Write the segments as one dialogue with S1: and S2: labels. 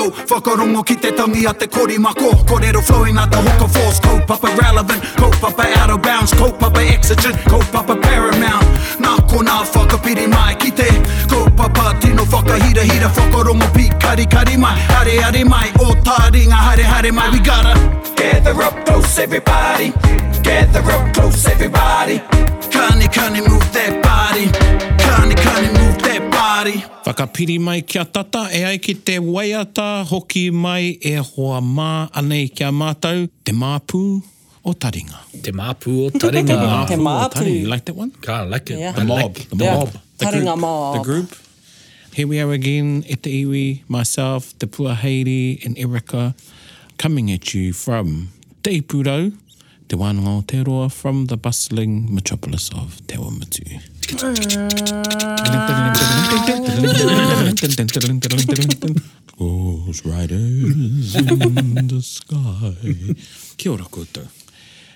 S1: Whakarongo ki te tangi a te korimako Korero flowing at the hooker force Kaupapa relevant, kaupapa out of bounds Kaupapa exigent, kaupapa paramount Nā ko nā whakapiri mai ki te Kaupapa tino whakahira hira Whakarongo pi kari kari mai Hare hare mai, o tā ringa hare hare mai We gotta
S2: Gather up close, everybody. Gather up close, everybody.
S1: Kani kani move that body Kani kani move that body
S3: Whakapiri mai kia tata e ai ki te waiata hoki mai e hoa mā anei kia mātou te māpū o taringa.
S4: Te māpū o taringa.
S3: Māpū o
S5: māpū.
S3: taringa. You like that one?
S4: Kind of like it.
S5: Yeah.
S4: I
S5: The
S4: like it.
S3: The
S5: Yeah.
S3: mob. The
S5: Taringa
S3: group.
S5: mob.
S3: The group. Here we are again, e te iwi, myself, te pua Haiti and Erica, coming at you from Te Ipurau, Te Wānanga o Te Roa, from the bustling metropolis of Te Wamatu. Ah. Ghost Riders in the Sky. Kia ora koutou.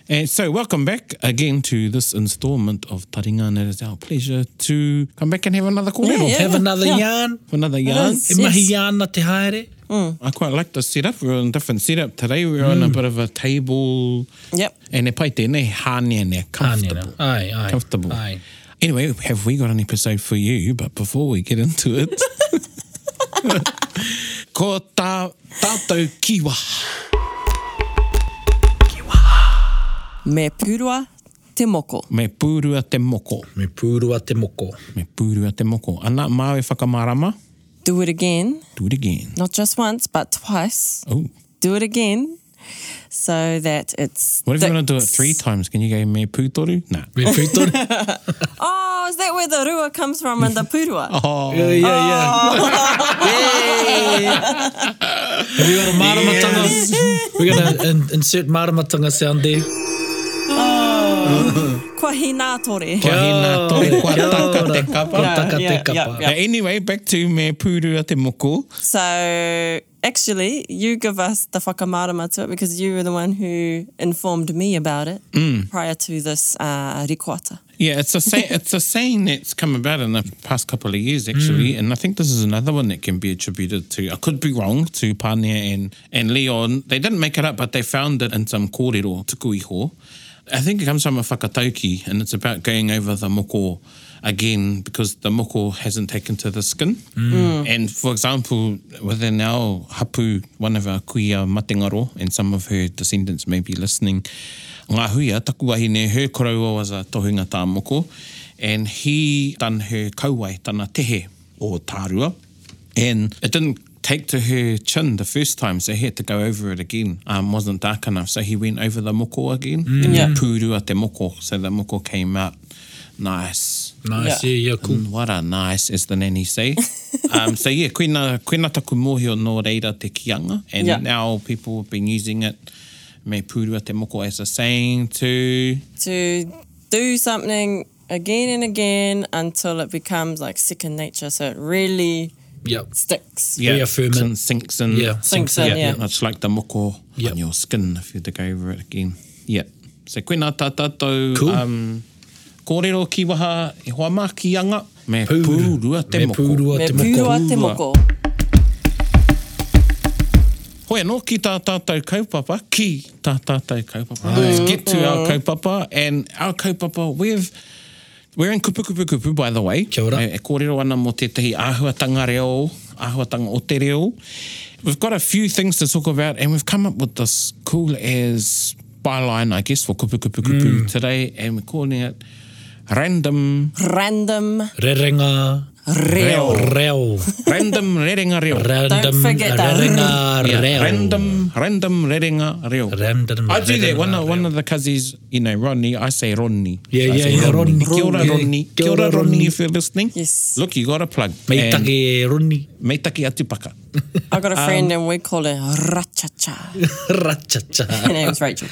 S3: And so, welcome back again to this instalment of Taringa, and it is our pleasure to come back and have another kōrero.
S5: Yeah, yeah.
S4: Have another
S5: Yeah.
S4: yarn.
S3: For another yarn.
S5: is.
S4: E
S5: Yes.
S4: mahi yarn na te haere.
S3: I quite like the setup. We're on a different setup today. We're on
S5: Hmm.
S3: a bit of a table.
S5: Yep.
S3: And they pai tēnei, hāne and they're comfortable.
S4: Hāne nā. Ai, ai.
S3: Comfortable.
S4: Ai.
S3: Anyway, have we got an episode for you? But before we get into it, ko tā, tātou kiwa.
S5: Me pūrua te moko.
S3: Me pūrua te moko.
S4: Me pūrua te moko.
S3: Me pūrua te moko. Ana, māwe whakamarama.
S5: Do it again,
S3: Do it again.
S5: not just once, but twice.
S3: Oh,
S5: Do it again so that it's...
S3: what if you want to do it
S5: thick.
S3: three times? Can you go me pūtoru? Nah.
S4: Me pūtore.
S5: Oh, is that where the rua comes from in the pūrua?
S3: Oh,
S4: Yeah, yeah, yeah. Have you got a maramatanga? We're going to in insert maramatanga sound there.
S5: Kua hina tore.
S3: kia hina tō, kua
S4: Kia ora.
S3: taka te kapa.
S4: Kua taka te
S5: yeah,
S4: kapa.
S5: yeah.
S3: Now, anyway, back to me pūrua te moko.
S5: So actually, you give us the whakamārama to it because you were the one who informed me about it
S3: Mm.
S5: prior to this uh, rikoata.
S3: Yeah, it's a say, it's a saying that's come about in the past couple of years actually, and I think this is another one that can be attributed to. I could be wrong to Pania and and Leon. They didn't make it up, but they found it in some kōrero tukuiho. I think it comes from a whakatauki, and it's about going over the moko again because the moko hasn't taken to the skin. And for example, within our hapu, one of our kuia matingaro, and some of her descendants may be listening, ngā huia, taku wahine, her korau was a tohunga tā moko, and he done her kauai, tana tehe o tārua, and it didn't take to her chin the first time, so he had to go over it again. Um, wasn't dark enough, so he went over the moko again, and
S5: Yeah.
S3: pūrua te moko, so the moko came out nice.
S4: Nice,
S5: Yeah.
S4: yeah, yeah, cool.
S3: Mm, what a nice, as the nanny say. um, so yeah, koina, koina taku mōhio nō reira te kianga. And
S5: Yeah.
S3: now people have been using it, me pūrua te moko, as a saying to...
S5: To do something again and again until it becomes like second nature, so it really
S4: Yep.
S5: sticks.
S4: Reaffirm it.
S3: sin- Sinks in.
S4: Yeah.
S5: Sinks in, yeah.
S3: Much like the moko
S4: Yeah.
S3: on your skin, if you to go over it again. Yeah. So koina tā tātou...
S4: Cool.
S3: Um, kōrero ki waha e hoa mā kianga, me
S4: Pūrua.
S3: pūrua te
S4: Me
S3: moko.
S4: pūrua
S5: Me
S4: te moko.
S5: pūrua te
S3: Pūrua.
S5: moko.
S3: Hoi anō ki tā tātou kaupapa, ki tā tātou kaupapa. Let's get to our
S4: Oh.
S3: kaupapa, and our kaupapa, we've, we're in Kupukupu Kupu, by the way.
S4: Kia ora.
S3: E, e kōrero ana mō tētahi āhuatanga reo, āhuatanga o te reo. We've got a few things to talk about, and we've come up with this cool as byline, I guess, for Kupu Kupu Kupu
S4: Mm.
S3: today, and we're calling it Random,
S5: Random
S4: Rerenga.
S5: reo.
S4: Reo.
S3: Random Rerenga Reo.
S4: Random.
S5: forget that.
S4: Rerenga.
S3: Yeah,
S4: Reo.
S3: Random, Random Rerenga Reo.
S4: Random.
S3: I do that.
S4: Rerenga
S3: One of, one
S4: Reo.
S3: of the cousins, you know, Ronnie, I say Ronnie.
S4: Yeah,
S3: So I
S4: yeah,
S3: say
S4: yeah, Ronnie.
S3: Kia ora,
S4: Ronnie.
S3: Ronnie. Kia ora, Ronnie, if you're listening.
S5: Yes.
S3: Look, you got a plug.
S4: Mei
S3: And
S4: take e roni.
S3: Mei taki atu paka.
S5: I got a friend and we call it rachacha.
S4: Rachacha.
S5: Her name's Rachel.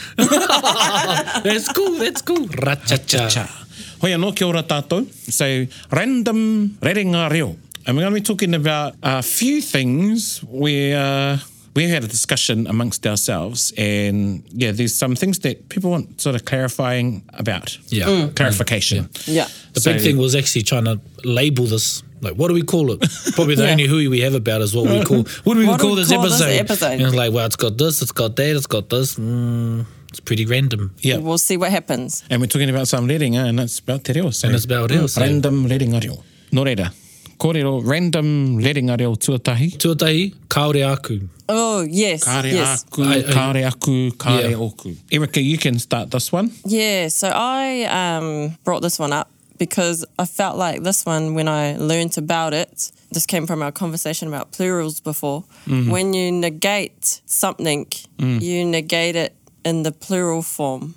S4: That's cool, that's cool. Rachacha.
S3: Cha. Hoi anō, kia ora tātou. So, random rerenga reo. And we're going to be talking about a few things where uh, we had a discussion amongst ourselves, and yeah, there's some things that people want sort of clarifying about.
S4: Yeah. Mm.
S3: clarification.
S5: Yeah.
S4: The
S3: So-
S4: big thing was actually trying to label this. Like, what do we call it? Probably the
S5: Yeah.
S4: only hui we have about is what we call. What do we
S5: What do
S4: call,
S5: we
S4: this,
S5: call this
S4: episode?
S5: episode?
S4: And it's like, well, it's got this, it's got that, it's got this. Mm, it's pretty random.
S3: Yeah.
S5: We'll see what happens.
S3: And we're talking about some rerenga, and that's about te reo. So.
S4: And it's about reo, so-
S3: Random rerenga reo. Nō reira, ko rero random rerenga reo tuatahi.
S4: Tuatahi, kaore aku.
S5: Oh, yes.
S3: Kāre
S5: yes.
S3: aku,
S4: I- I-
S3: kāre aku, kāre
S4: Yeah.
S3: oku. Erica, you can start this one.
S5: Yeah, so I um, brought this one up because I felt like this one, when I learnt about it, this came from our conversation about plurals before. When you negate something, you negate it in the plural form.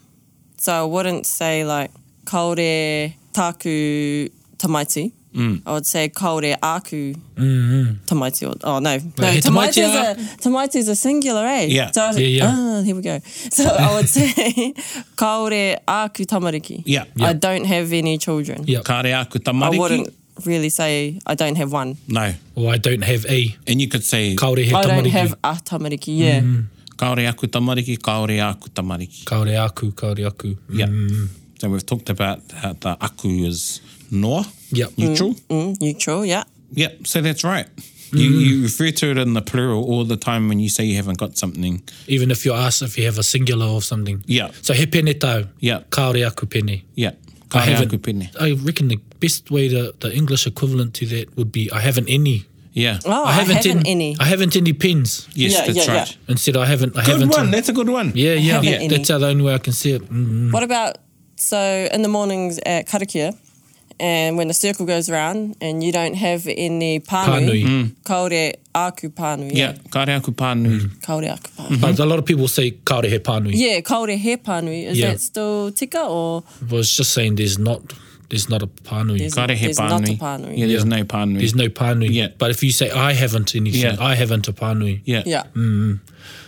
S5: So I wouldn't say like kaore taku tamaiti. I would say kaore aku tamaiti. Or, oh no, no,
S4: Hey,
S5: tamaiti
S4: tamaiti
S5: is
S4: are-
S5: a tamaiti is a singular, eh?
S3: Yeah.
S5: So I was
S4: Yeah,
S5: like,
S4: yeah.
S5: ah, here we go. So I would say, kaore aku tamariki.
S3: Yeah.
S5: I don't have any children.
S4: Yeah.
S3: Kāre aku
S5: I
S3: tamariki.
S5: wouldn't really say I don't have one.
S3: No.
S4: Or I don't have a
S3: And you could say,
S4: kaore he
S5: I don't
S4: tamariki.
S5: have a tamariki. Yeah.
S3: Kaore aku tamariki, kaore aku tamariki.
S4: Kaore aku, kaore aku.
S3: Yeah.
S4: Mm.
S3: So we've talked about how the aku is noa,
S4: Yep.
S3: neutral.
S5: Mm, neutral. Yeah.
S3: Yep. So that's right. You,
S4: Mm.
S3: you refer to it in the plural all the time when you say you haven't got something.
S4: Even if you ask if you have a singular or something.
S3: Yeah.
S4: So he pene tau.
S3: Yeah.
S4: Kaore aku pene.
S3: Yeah.
S4: I
S3: Kaore
S4: haven't-
S3: aku pene.
S4: I reckon the best way to, the English equivalent to that would be I haven't any.
S3: Yeah.
S5: Oh, I haven't,
S4: en-
S5: any.
S4: I haven't any pins.
S3: yes,
S5: yeah,
S3: that's
S5: yeah,
S3: right.
S5: yeah.
S4: Instead, I haven't. I
S3: Good
S4: haven't
S3: one. eh? That's a good one.
S4: yeah, yeah.
S5: haven't any.
S4: That's how the only way I can see it. Mm.
S5: What about so in the mornings at karakia, and when the circle goes round and you don't have any
S4: Pānui.
S5: pānui, kaore aku pānui.
S3: Yeah. Kaore aku pānui.
S5: Kaore aku pānui.
S4: But a lot of people say kaore he pānui.
S5: Yeah, kaore he pānui. Is
S4: Yeah.
S5: that still tika or
S4: Well, it's just saying there's not there's not a pānui.
S5: There's-
S3: Kaore he
S5: There's not a
S3: pānui.
S5: pānui.
S3: Yeah, there's
S4: Yeah.
S3: no pānui.
S4: There's no pānui.
S3: Yeah.
S4: But if you say I haven't anything,
S3: Yeah.
S4: I haven't a pānui.
S3: Yeah.
S5: yeah?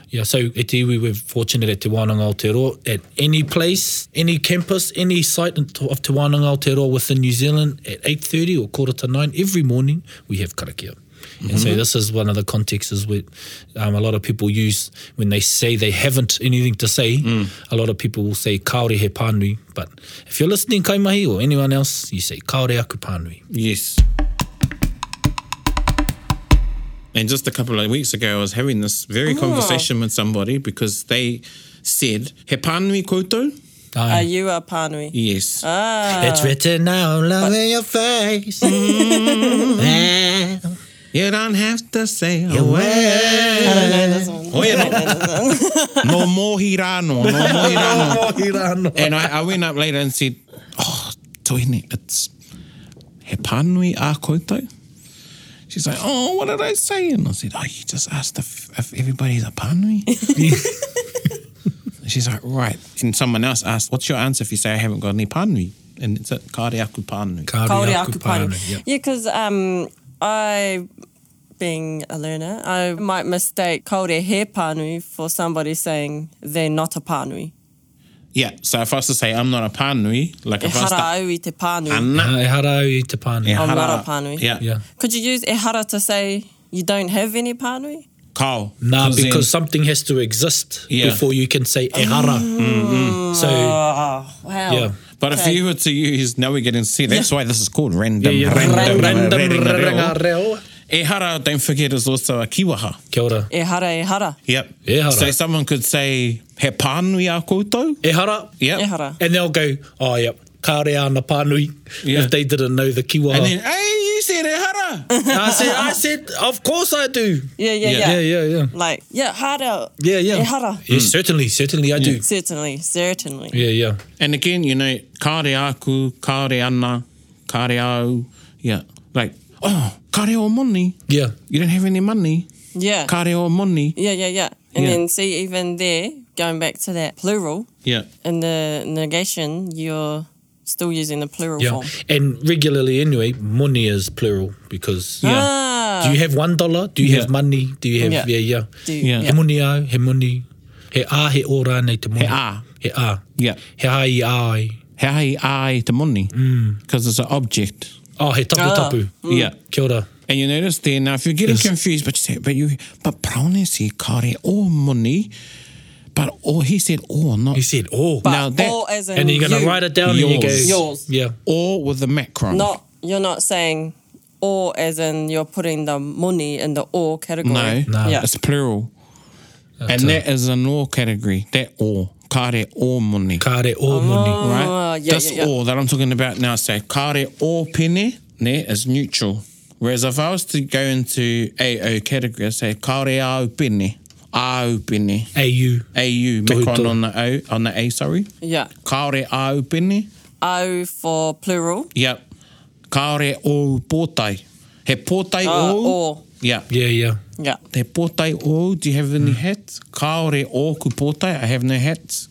S4: Yeah, so at Te Iwi, we're fortunate at Te Wānanga Aotearoa, at any place, any campus, any site in- of Te Wānanga Aotearoa within New Zealand at 8.30 or quarter to 9 every morning, we have karakia. And so this is one of the contexts where um, a lot of people use when they say they haven't anything to say. A lot of people will say kaore he pānui, but if you're listening kaimahi or anyone else, you say kaore aku pānui.
S3: Yes. And just a couple of weeks ago, I was having this very conversation with somebody because they said, He pānui koutou?
S5: Are
S4: Aye.
S5: you a pānui?
S3: Yes.
S5: Ah.
S4: it's written now, love in your face. Ah,
S3: You don't have to say a word. Oh, yeah, no. no mohi rano, no mohi rano.
S4: Oh, hirano.
S3: And I, I went up later and said, Oh, Toini, it's he pānui a koutou? She's like, Oh, what did I say? And I said, Oh, you just asked if, if everybody's a pānui. And she's like, Right. And someone else asked, What's your answer if you say I haven't got any pānui? And it's a kāre aku pānui.
S5: Kaore
S4: Kaore
S5: aku pānui.
S4: Yep.
S5: Yeah, because um, I, being a learner, I might mistake kaore he pānui for somebody saying they're not a pānui.
S3: yeah, so if I was to say I'm not a pānui, like
S5: E
S3: if I was
S5: hara
S3: to...
S5: au i te pānui.
S3: Ana,
S4: Uh, e hara au i te pāne.
S3: e
S5: I'm
S3: hara-
S5: not a pānui.
S3: Yeah.
S4: Yeah.
S5: Could you use e hara to say you don't have any pānui?
S3: Kao.
S4: Nah,
S3: then-
S4: because something has to exist
S3: Yeah. Mm,
S4: before you can say e hara. So,
S5: Oh, wow.
S4: Yeah.
S3: But if
S5: Okay.
S3: you were to use, now we're getting see, that's why this is called random.
S4: yeah,
S3: random,
S4: random, random,
S3: random,
S4: ranga reo.
S3: E hara, don't forget, is also a kiwaha.
S4: Kia ora.
S5: E hara, e hara.
S3: Yep.
S4: E hara.
S3: So someone could say, he pānui a koutou?
S4: E hara.
S3: Yep.
S5: E hara.
S4: And they'll go, oh, yep, kāre ana pānui.
S3: Yeah.
S4: If they didn't know the kiwaha.
S3: And then, hey, you said e hara.
S4: I, said, I said, of course I do.
S5: Yeah, yeah,
S3: Yeah.
S5: yeah.
S4: Yeah, yeah, yeah.
S5: Like, yeah, hara.
S4: Yeah, yeah.
S5: E hara.
S4: Yeah,
S3: Mm.
S4: certainly, certainly I do.
S5: Certainly, certainly.
S4: Yeah, yeah.
S3: and again, you know, kāre aku, kāre ana, kāre au. Yeah. Like, oh, kāre o money.
S4: Yeah.
S3: You don't have any money.
S5: Yeah.
S3: Kāre o money.
S5: Yeah, yeah, yeah. And
S3: Yeah.
S5: then see, even there, going back to that plural,
S3: Yeah.
S5: in the negation, you're still using the plural
S4: Yeah.
S5: form.
S4: And regularly, anyway, money is plural because
S3: Yeah.
S5: Ah,
S4: do you have one dollar? Do you
S3: Yeah.
S4: have money? Do you have,
S5: Yeah.
S4: yeah, yeah.
S5: do you-
S3: Yeah.
S4: He muni au, he muni. He ā, he ō rānei te moni.
S3: He ā.
S4: He ā.
S3: Yeah.
S4: He ā i ā ai.
S3: He ai ai te money. Because it's an object.
S4: Oh, he tapu
S5: Ah.
S4: tapu.
S3: Yeah.
S4: Kia ora.
S3: And you notice there now, if you're getting
S4: Yes.
S3: confused, but you say, but you, but praone si kare o moni, but or he said or not.
S4: He said, oh.
S5: But
S3: Now that-
S5: all as in
S4: and you're going to
S5: you.
S4: write it down and you go.
S3: Yours.
S5: Yours.
S4: Yeah.
S3: or with the macron.
S5: Not you're not saying or as in you're putting the money in the or
S3: No,
S5: category.
S4: No.
S5: Yeah.
S3: It's plural. and that is an or category. That or. Kare or money.
S4: Kare o moni.
S3: right?
S5: Ah, yeah,
S3: That's
S5: yeah, yeah.
S3: all that I'm talking about now. So kare or pene ne is neutral. Whereas if I was to go into AO category, I'd say kare au pene, au pene,
S4: AU.
S3: AU,
S4: Tohu
S3: make one
S4: tohu.
S3: on the O, on the A, sorry.
S5: Yeah.
S3: Kare au pene,
S5: O for plural.
S3: yep. Kare o pōtai. He pōtai
S5: Ah,
S3: o,
S5: or.
S3: yeah.
S4: Yeah, yeah.
S5: Yeah.
S3: Te pōtai o, do you have any
S4: Hmm.
S3: hat? Kaore o ku pōtai, I have no hats.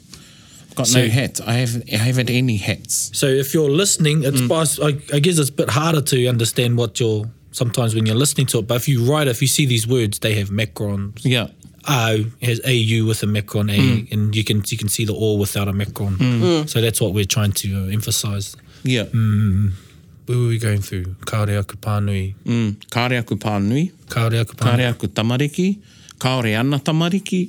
S3: Got no
S4: So-
S3: hat. I have I haven't any hats.
S4: So if you're listening, it's
S3: Mm.
S4: pos- I, I guess it's a bit harder to understand what you're sometimes when you're listening to it. But if you write, if you see these words, they have macrons.
S3: Yeah.
S4: O has AU with a macron, A, and you can you can see the or without a macron.
S5: Hmm.
S4: So that's what we're trying to uh, emphasize.
S3: Yeah.
S4: Hmm. Where were we going through? Kaore aku pānui,
S3: Mm. Kāre aku pānui,
S4: kaore aku
S3: kāre
S4: pānui,
S3: aku tamariki, kāore ana tamariki,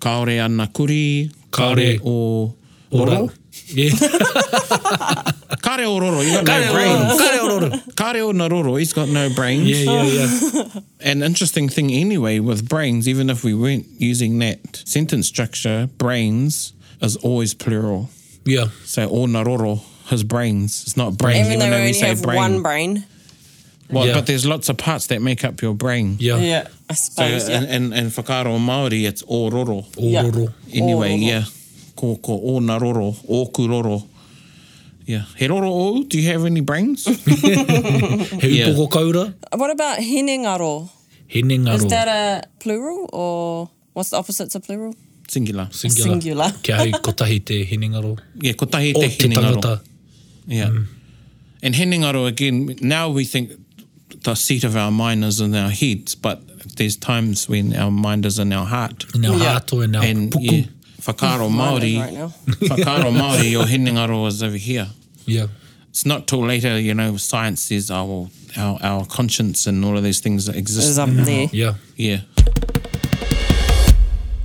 S3: kāore ana kuri, kāore
S4: Kaore
S3: o
S4: Ora.
S3: oro.
S4: Yeah,
S3: Kāre o roro, you got no brain.
S4: kaore ororo.
S3: Kāre o na roro, he's got no brains.
S4: Yeah, yeah, yeah.
S3: An interesting thing anyway with brains, even if we weren't using that sentence structure, brains is always plural.
S4: Yeah,
S3: So o na roro, his brains. It's not brains,
S5: Even,
S3: even,
S5: though we
S3: though we
S5: only
S3: say
S5: have
S3: brain.
S5: one brain.
S3: Well,
S4: Yeah.
S3: But there's lots of parts that make up your brain.
S4: yeah.
S5: Yeah. I
S3: So,
S5: suppose. yeah.
S3: and, and, and for Kāre o Māori, it's o roro.
S5: Yeah.
S4: Ororo.
S3: Anyway,
S5: Ō roro.
S3: yeah. Ko, ko, o na roro, o ku roro. Yeah. He roro o, do you have any brains?
S4: Heu
S3: Yeah.
S4: poko kaura,
S5: What about hinengaro?
S4: he
S5: Is that
S4: nengaro.
S5: a plural or what's the opposite to plural?
S3: Singular.
S5: Singular.
S4: Kia hau kotahi te he nengaro.
S3: Yeah, ko tahi
S4: O
S3: te
S4: te
S3: hinengaro.
S4: tangata.
S3: Yeah.
S4: Mm.
S3: And hinengaro, again, now we think the seat of our mind is in our heads, but there's times when our mind is in our heart.
S4: In our
S5: Yeah.
S4: hato, in our
S3: And
S4: puku.
S3: yeah, whakaro
S5: Mine is
S3: Māori,
S5: right now.
S3: whakaro Māori, your hinengaro is over here.
S4: Yeah.
S3: It's not till later, you know, science says, oh, well, our, our conscience and all of these things that exist
S5: Is up there.
S4: Yeah.
S3: Yeah.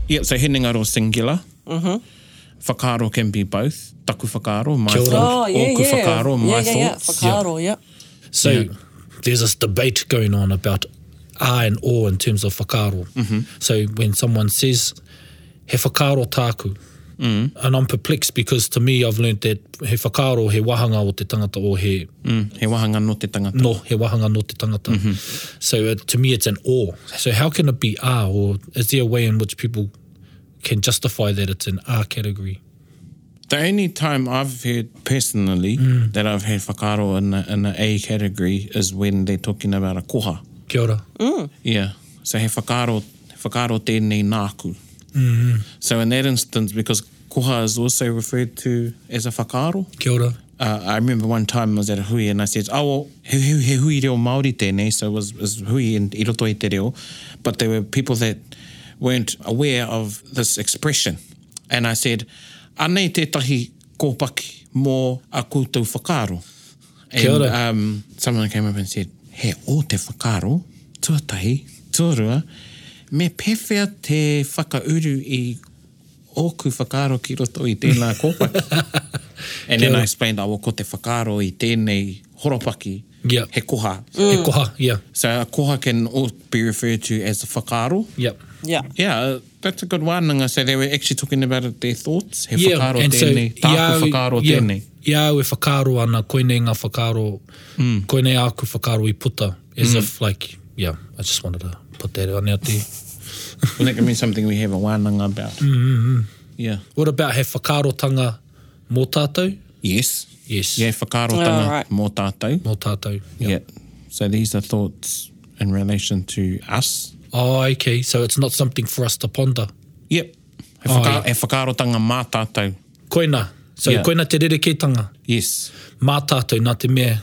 S3: Yeah, so hinengaro is singular. Mm-hmm. Whakaro can be both. Taku whakaro, my
S4: Kia ora.
S5: Oh,
S3: thought.
S5: yeah,
S3: Oku
S5: yeah.
S3: whakaro, my
S5: yeah, yeah, yeah.
S3: thoughts.
S5: Whakaro, yeah.
S4: So
S3: Yeah.
S4: there's this debate going on about a and o in terms of whakaro. So when someone says, he whakaro tāku, and I'm perplexed because to me I've learned that he whakaro, he wahanga o te tangata o he
S3: Mm, he wahanga no te tangata.
S4: no, he wahanga no te tangata. So it, to me it's an o. So how can it be a or is there a way in which people can justify that it's an a category?
S3: The only time I've heard personally that I've had whakaro in the, in the A category is when they're talking about a koha.
S4: Kia ora.
S3: Yeah. So he whakaro, whakaro tēnei nāku. So in that instance, because koha is also referred to as a whakaro,
S4: Kia ora.
S3: uh, I remember one time I was at a hui and I said, oh, well, he, he, he hui reo Māori tēnei, so it was, it was hui and iroto i te reo, but there were people that weren't aware of this expression. And I said, anei tētahi kōpaki mō a koutou whakaro. And
S4: Kia ora.
S3: Um, someone came up and said, he o te whakaro, tuatahi, tuarua, me pewhia te whakauru i ōku whakaro ki roto i tēnā kōpaki. And then
S4: Kia
S3: I
S4: ora.
S3: explained, awa ko te whakaro i tēnei horopaki,
S4: Yeah.
S3: he koha.
S4: Mm. E koha, yeah.
S3: So a koha can all be referred to as a whakaro.
S4: Yep.
S5: Yeah.
S3: Yeah, uh, that's a good one. So they were actually talking about their thoughts. He
S4: Yeah,
S3: whakaro
S4: and so
S3: E tēnei, tāku
S4: iau-
S3: whakaro
S4: yeah,
S3: tēnei.
S4: iau e whakaro ana, koinei ngā whakaro, mm. koinei aku whakaro i puta,
S3: Mm.
S4: as if like, yeah, I just wanted to put that on out there.
S3: Well, that can mean something we have a wānanga about. Mm, mm, Yeah.
S4: What about he whakarotanga mō tātou?
S3: Yes.
S4: Yes,
S3: Yeah, whakarotanga
S5: Oh, right.
S3: mō tātou.
S4: mō tātou.
S3: Yeah. So these are thoughts in relation to us.
S4: Oh, okay, so it's not something for us to ponder.
S3: Yep. He,
S4: Oh,
S3: whaka- he
S4: yeah.
S3: whakarotanga mā tātou.
S4: Koina, so
S3: Yeah.
S4: yeah. koina te rerekētanga,
S3: Yes.
S4: mā tātou, nā te mea,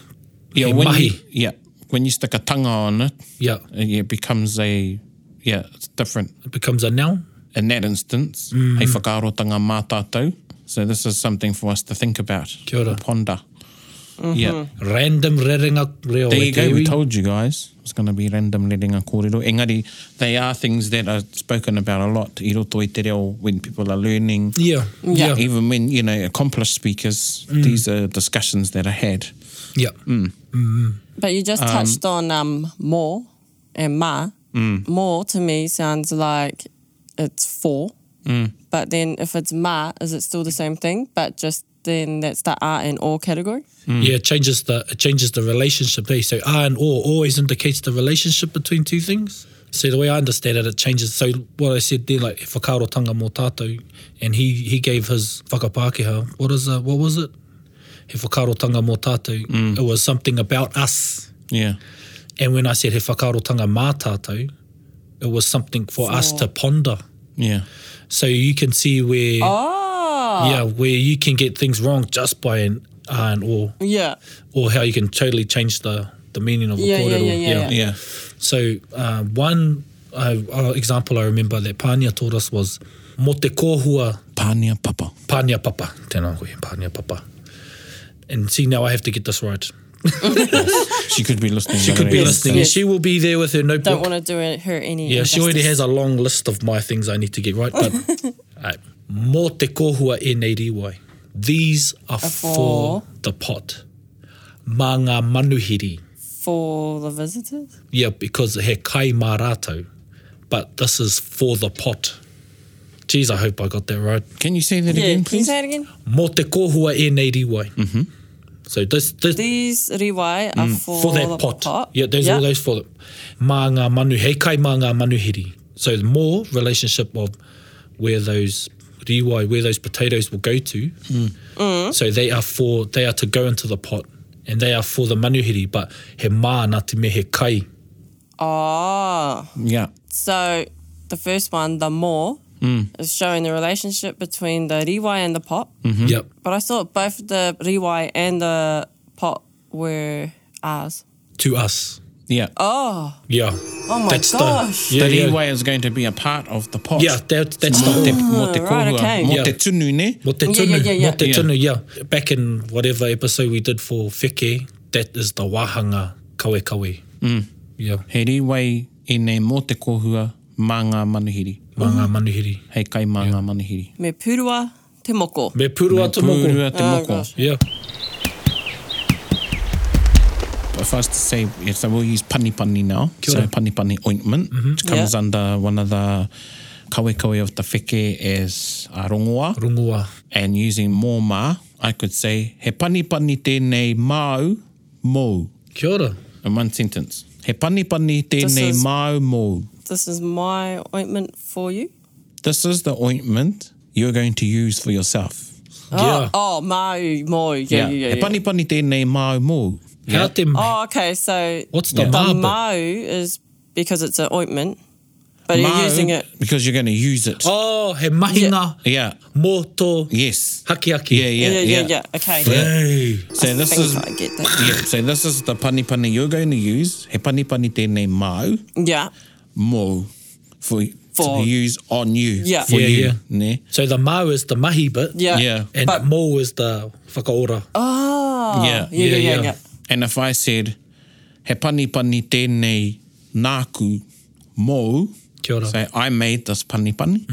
S3: Yeah,
S4: he
S3: when
S4: mahi.
S3: You, yeah, when you stick a tanga on it,
S4: Yeah,
S3: it becomes a yeah, it's different.
S4: it becomes a noun.
S3: In that instance, mm. hei whakarotanga mā tātou. So this is something for us to think about.
S4: Kia ora.
S3: and Ponder. Yeah.
S4: Random rerenga reo
S3: There
S4: e
S3: you
S4: te
S3: go. We
S4: iwi.
S3: told you guys it's going to be random rerenga kōrero. Engari, they are things that are spoken about a lot i roto i te reo when people are learning.
S4: Yeah,
S5: Yeah.
S4: yeah, Mm.
S3: Even when, you know, accomplished speakers, these are discussions that are had.
S4: yeah.
S5: But you just touched on um, more and ma. More to me sounds like it's four. But then if it's ma, is it still the same thing? But just then that's the art and or category.
S4: Yeah, it changes the it changes the relationship there. So R and or always indicates the relationship between two things. So the way I understand it, it changes. So what I said there, like whakarotanga mō tātou, and he he gave his whakapākehā. What is uh, what was it? He whakarotanga mō tātou. It was something about us.
S3: Yeah.
S4: And when I said he whakarotanga mā tātou, it was something for us to ponder.
S3: Yeah.
S4: So you can see where
S5: Oh.
S4: yeah where you can get things wrong just by an R and or.
S5: Yeah.
S4: or how you can totally change the, the meaning of a
S5: Yeah, yeah,
S4: kōrero.
S5: yeah, yeah, yeah.
S3: Yeah.
S4: So uh, one uh, uh, example I remember that Pania taught us was mo te kōhua
S3: Pānia papa.
S4: Pania Papa. Tēnā koe, Pania Papa. And see, now I have to get this right.
S3: She could be listening. She
S4: Could be listening.
S5: yes.
S4: She will be there with her notebook.
S5: Don't want to do it- her any.
S4: Yeah, she already has
S5: injustice.
S4: a long list of my things I need to get right. But right. mō te kōhua e nei riwai. These are for
S5: for-
S4: the pot. Mā ngā manuhiri.
S5: for the visitors.
S4: Yeah, because he kai mā rātou, but this is for the pot. Geez, I hope I got that right.
S3: Can you say that
S5: Yeah,
S3: again,
S5: can you
S3: please?
S5: say it again?
S4: Mō te kōhua e nei riwai. Mm-hmm. So this, this
S5: These riwai are for,
S4: Mm. for that
S5: the
S4: pot.
S5: pot.
S4: Yeah, there's all those for them. Mā ngā manu, he kai mā ngā manuhiri. So the more relationship of where those riwai, where those potatoes will go to.
S5: Mm.
S4: So they are for, they are to go into the pot and they are for the manuhiri, but he mā nā te me he kai.
S5: Oh.
S3: Yeah.
S5: So the first one, the more,
S4: Mm.
S5: is showing the relationship between the riwai and the pot.
S4: Yep.
S5: But I thought both the riwai and the pot were ours.
S4: To us.
S3: Yeah.
S5: Oh,
S4: Yeah.
S5: oh my
S4: That's the-
S5: gosh.
S4: yeah,
S3: the
S4: yeah.
S3: leeway is going to be a part of the pot.
S4: Yeah, that, that's the
S3: Mo te,
S4: whole.
S3: mo te
S5: Ah, right,
S3: kōhua,
S5: okay.
S3: mo
S4: Yeah.
S3: te tunu ne.
S4: Mo te
S5: Yeah,
S4: tunu,
S5: yeah, yeah,
S4: mo
S5: yeah.
S4: te
S3: Yeah.
S4: tunu, yeah. Back in whatever episode we did for Wheke, that is the wahanga kawe kawe. Mm. Yeah,
S3: He leeway e nei mō te kōhua mā ngā manuhiri.
S4: mā ngā manuhiri.
S3: Hei kai mā ngā manuhiri.
S5: Me purua te moko.
S4: Me puru atu moko.
S3: Pūrua te
S5: Oh,
S3: moko.
S5: gosh.
S4: Yeah,
S3: If I was to say, yes, I will use panipani now.
S4: Kia
S3: so
S4: ora. Mm-hmm.
S3: panipani ointment, which comes
S5: Yeah.
S3: under one of the kawe kawe of the wheke as a rongoa.
S4: rungoa.
S3: and using more ma, I could say, he panipani tēnei māu mōu.
S4: Kia ora.
S3: In one sentence. He panipani tēnei
S5: is-
S3: māu mōu.
S5: This is my ointment for you.
S3: This is the ointment you're going to use for yourself.
S4: Yeah.
S5: Oh, mau, mo. Yeah, yeah, yeah.
S3: He
S5: yeah.
S3: panipani tēnei māu mōu.
S4: Hea te,
S5: Oh, okay. So
S4: what's the
S3: Yeah.
S5: the
S4: mā bit?
S5: mau is because it's an ointment, but you're
S3: Māu,
S5: using it.
S3: Because you're going to use it.
S4: Oh, he mahinga
S3: Yeah.
S4: mō tō
S3: Yes.
S4: haki haki.
S3: Yeah, yeah,
S5: Yeah, yeah, yeah. Okay. Yeah.
S4: Hey.
S3: So
S5: I
S3: this
S5: think
S3: is...
S5: I get that.
S3: Yeah, so this is the panipani you're going to use. He panipani tēnei māu
S5: Yeah.
S3: mōu. For,
S5: For-
S3: to be used on you.
S5: Yeah.
S3: For
S4: Yeah,
S3: you.
S4: yeah.
S3: Ne?
S4: So the mā is the mahi bit.
S5: Yeah.
S3: Yeah.
S4: And
S5: But-
S4: mō is the whakaora.
S5: Oh.
S3: Yeah,
S5: Yeah, yeah,
S4: yeah,
S5: yeah.
S4: yeah.
S5: yeah.
S3: And if I said, he panipani tēnei nāku mōu,
S4: Kia ora.
S3: say, I made this panipani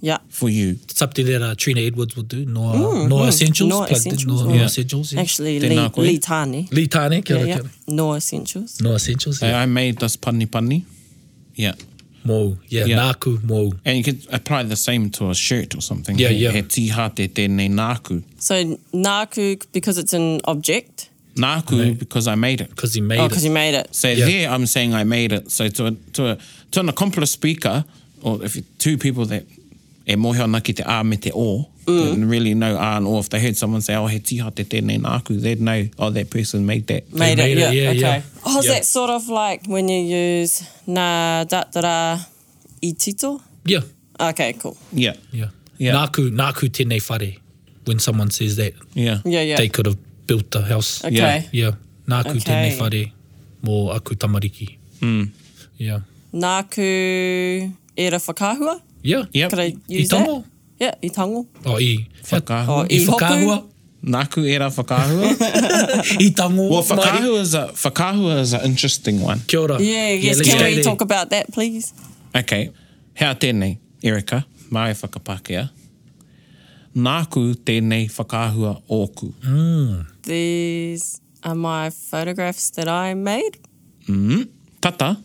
S5: Yeah.
S3: for you.
S4: Something that uh, Trina Edwards would do. Noa, noa essentials.
S5: Noa
S4: plugged in,
S5: Hmm, Essentials,
S4: Noa,
S5: yeah.
S4: noa essentials. Yeah.
S5: Actually,
S3: Tēnā
S5: Lee,
S3: koe.
S5: Lee Tani.
S4: Lee Tāne, kia
S5: Yeah,
S4: ora,
S5: yeah.
S4: kia ora.
S5: No essentials.
S4: No essentials.
S3: Say,
S4: Yeah.
S3: I made this panipani. Yeah.
S4: Mō, yeah,
S3: Yeah.
S4: nāku mō.
S3: And you could apply the same to a shirt or something.
S4: Yeah,
S3: he,
S4: yeah.
S3: He tiha te tēnei nāku.
S5: So naku because it's an object.
S3: Nāku because I made it.
S4: because he made
S5: Oh,
S4: it.
S5: because you made it.
S3: So
S4: Yeah.
S3: there, I'm saying I made it. So to a, to a, to an accomplished speaker, or if you- two people that e mōhio ana ki te ā me te o, and really know ā and o, if they heard someone say, oh, he tiha te tēnei nāku, they'd know, oh, that person made that.
S5: Made,
S4: made it,
S5: it. Yeah.
S4: yeah,
S5: okay.
S4: yeah.
S5: Oh, is
S4: Yeah.
S5: that sort of like when you use na datara itito?
S4: Yeah,
S5: Okay, cool.
S3: Yeah.
S4: yeah.
S3: Yeah.
S4: Naku, naku tēnei whare. When someone says that,
S3: Yeah.
S5: Yeah, yeah.
S4: they could have built the house.
S5: okay.
S3: yeah.
S4: Yeah. Naku
S5: Okay.
S4: tēnei whare mō aku tamariki.
S3: Hmm.
S4: Yeah.
S5: Naku era whakahua?
S4: Yeah.
S3: Yep.
S5: Could I
S4: I
S5: use that?
S4: tango?
S5: Yeah, i tango.
S4: Oh, i.
S3: Whakahua.
S5: Or
S4: I
S5: i hopu?
S4: whakahua.
S3: Naku era whakahua.
S4: I tango.
S3: well,
S4: mahi.
S3: whakahua is, a, whakahua is an interesting one.
S4: Kia ora.
S5: Yeah, yes.
S4: let's go
S5: Can we
S4: there.
S5: talk about that, please?
S3: Okay. Hea tēnei, Erika, mai whakapakea. Nāku tēnei whakahua ōku.
S5: These are my photographs that I made.
S3: Tata,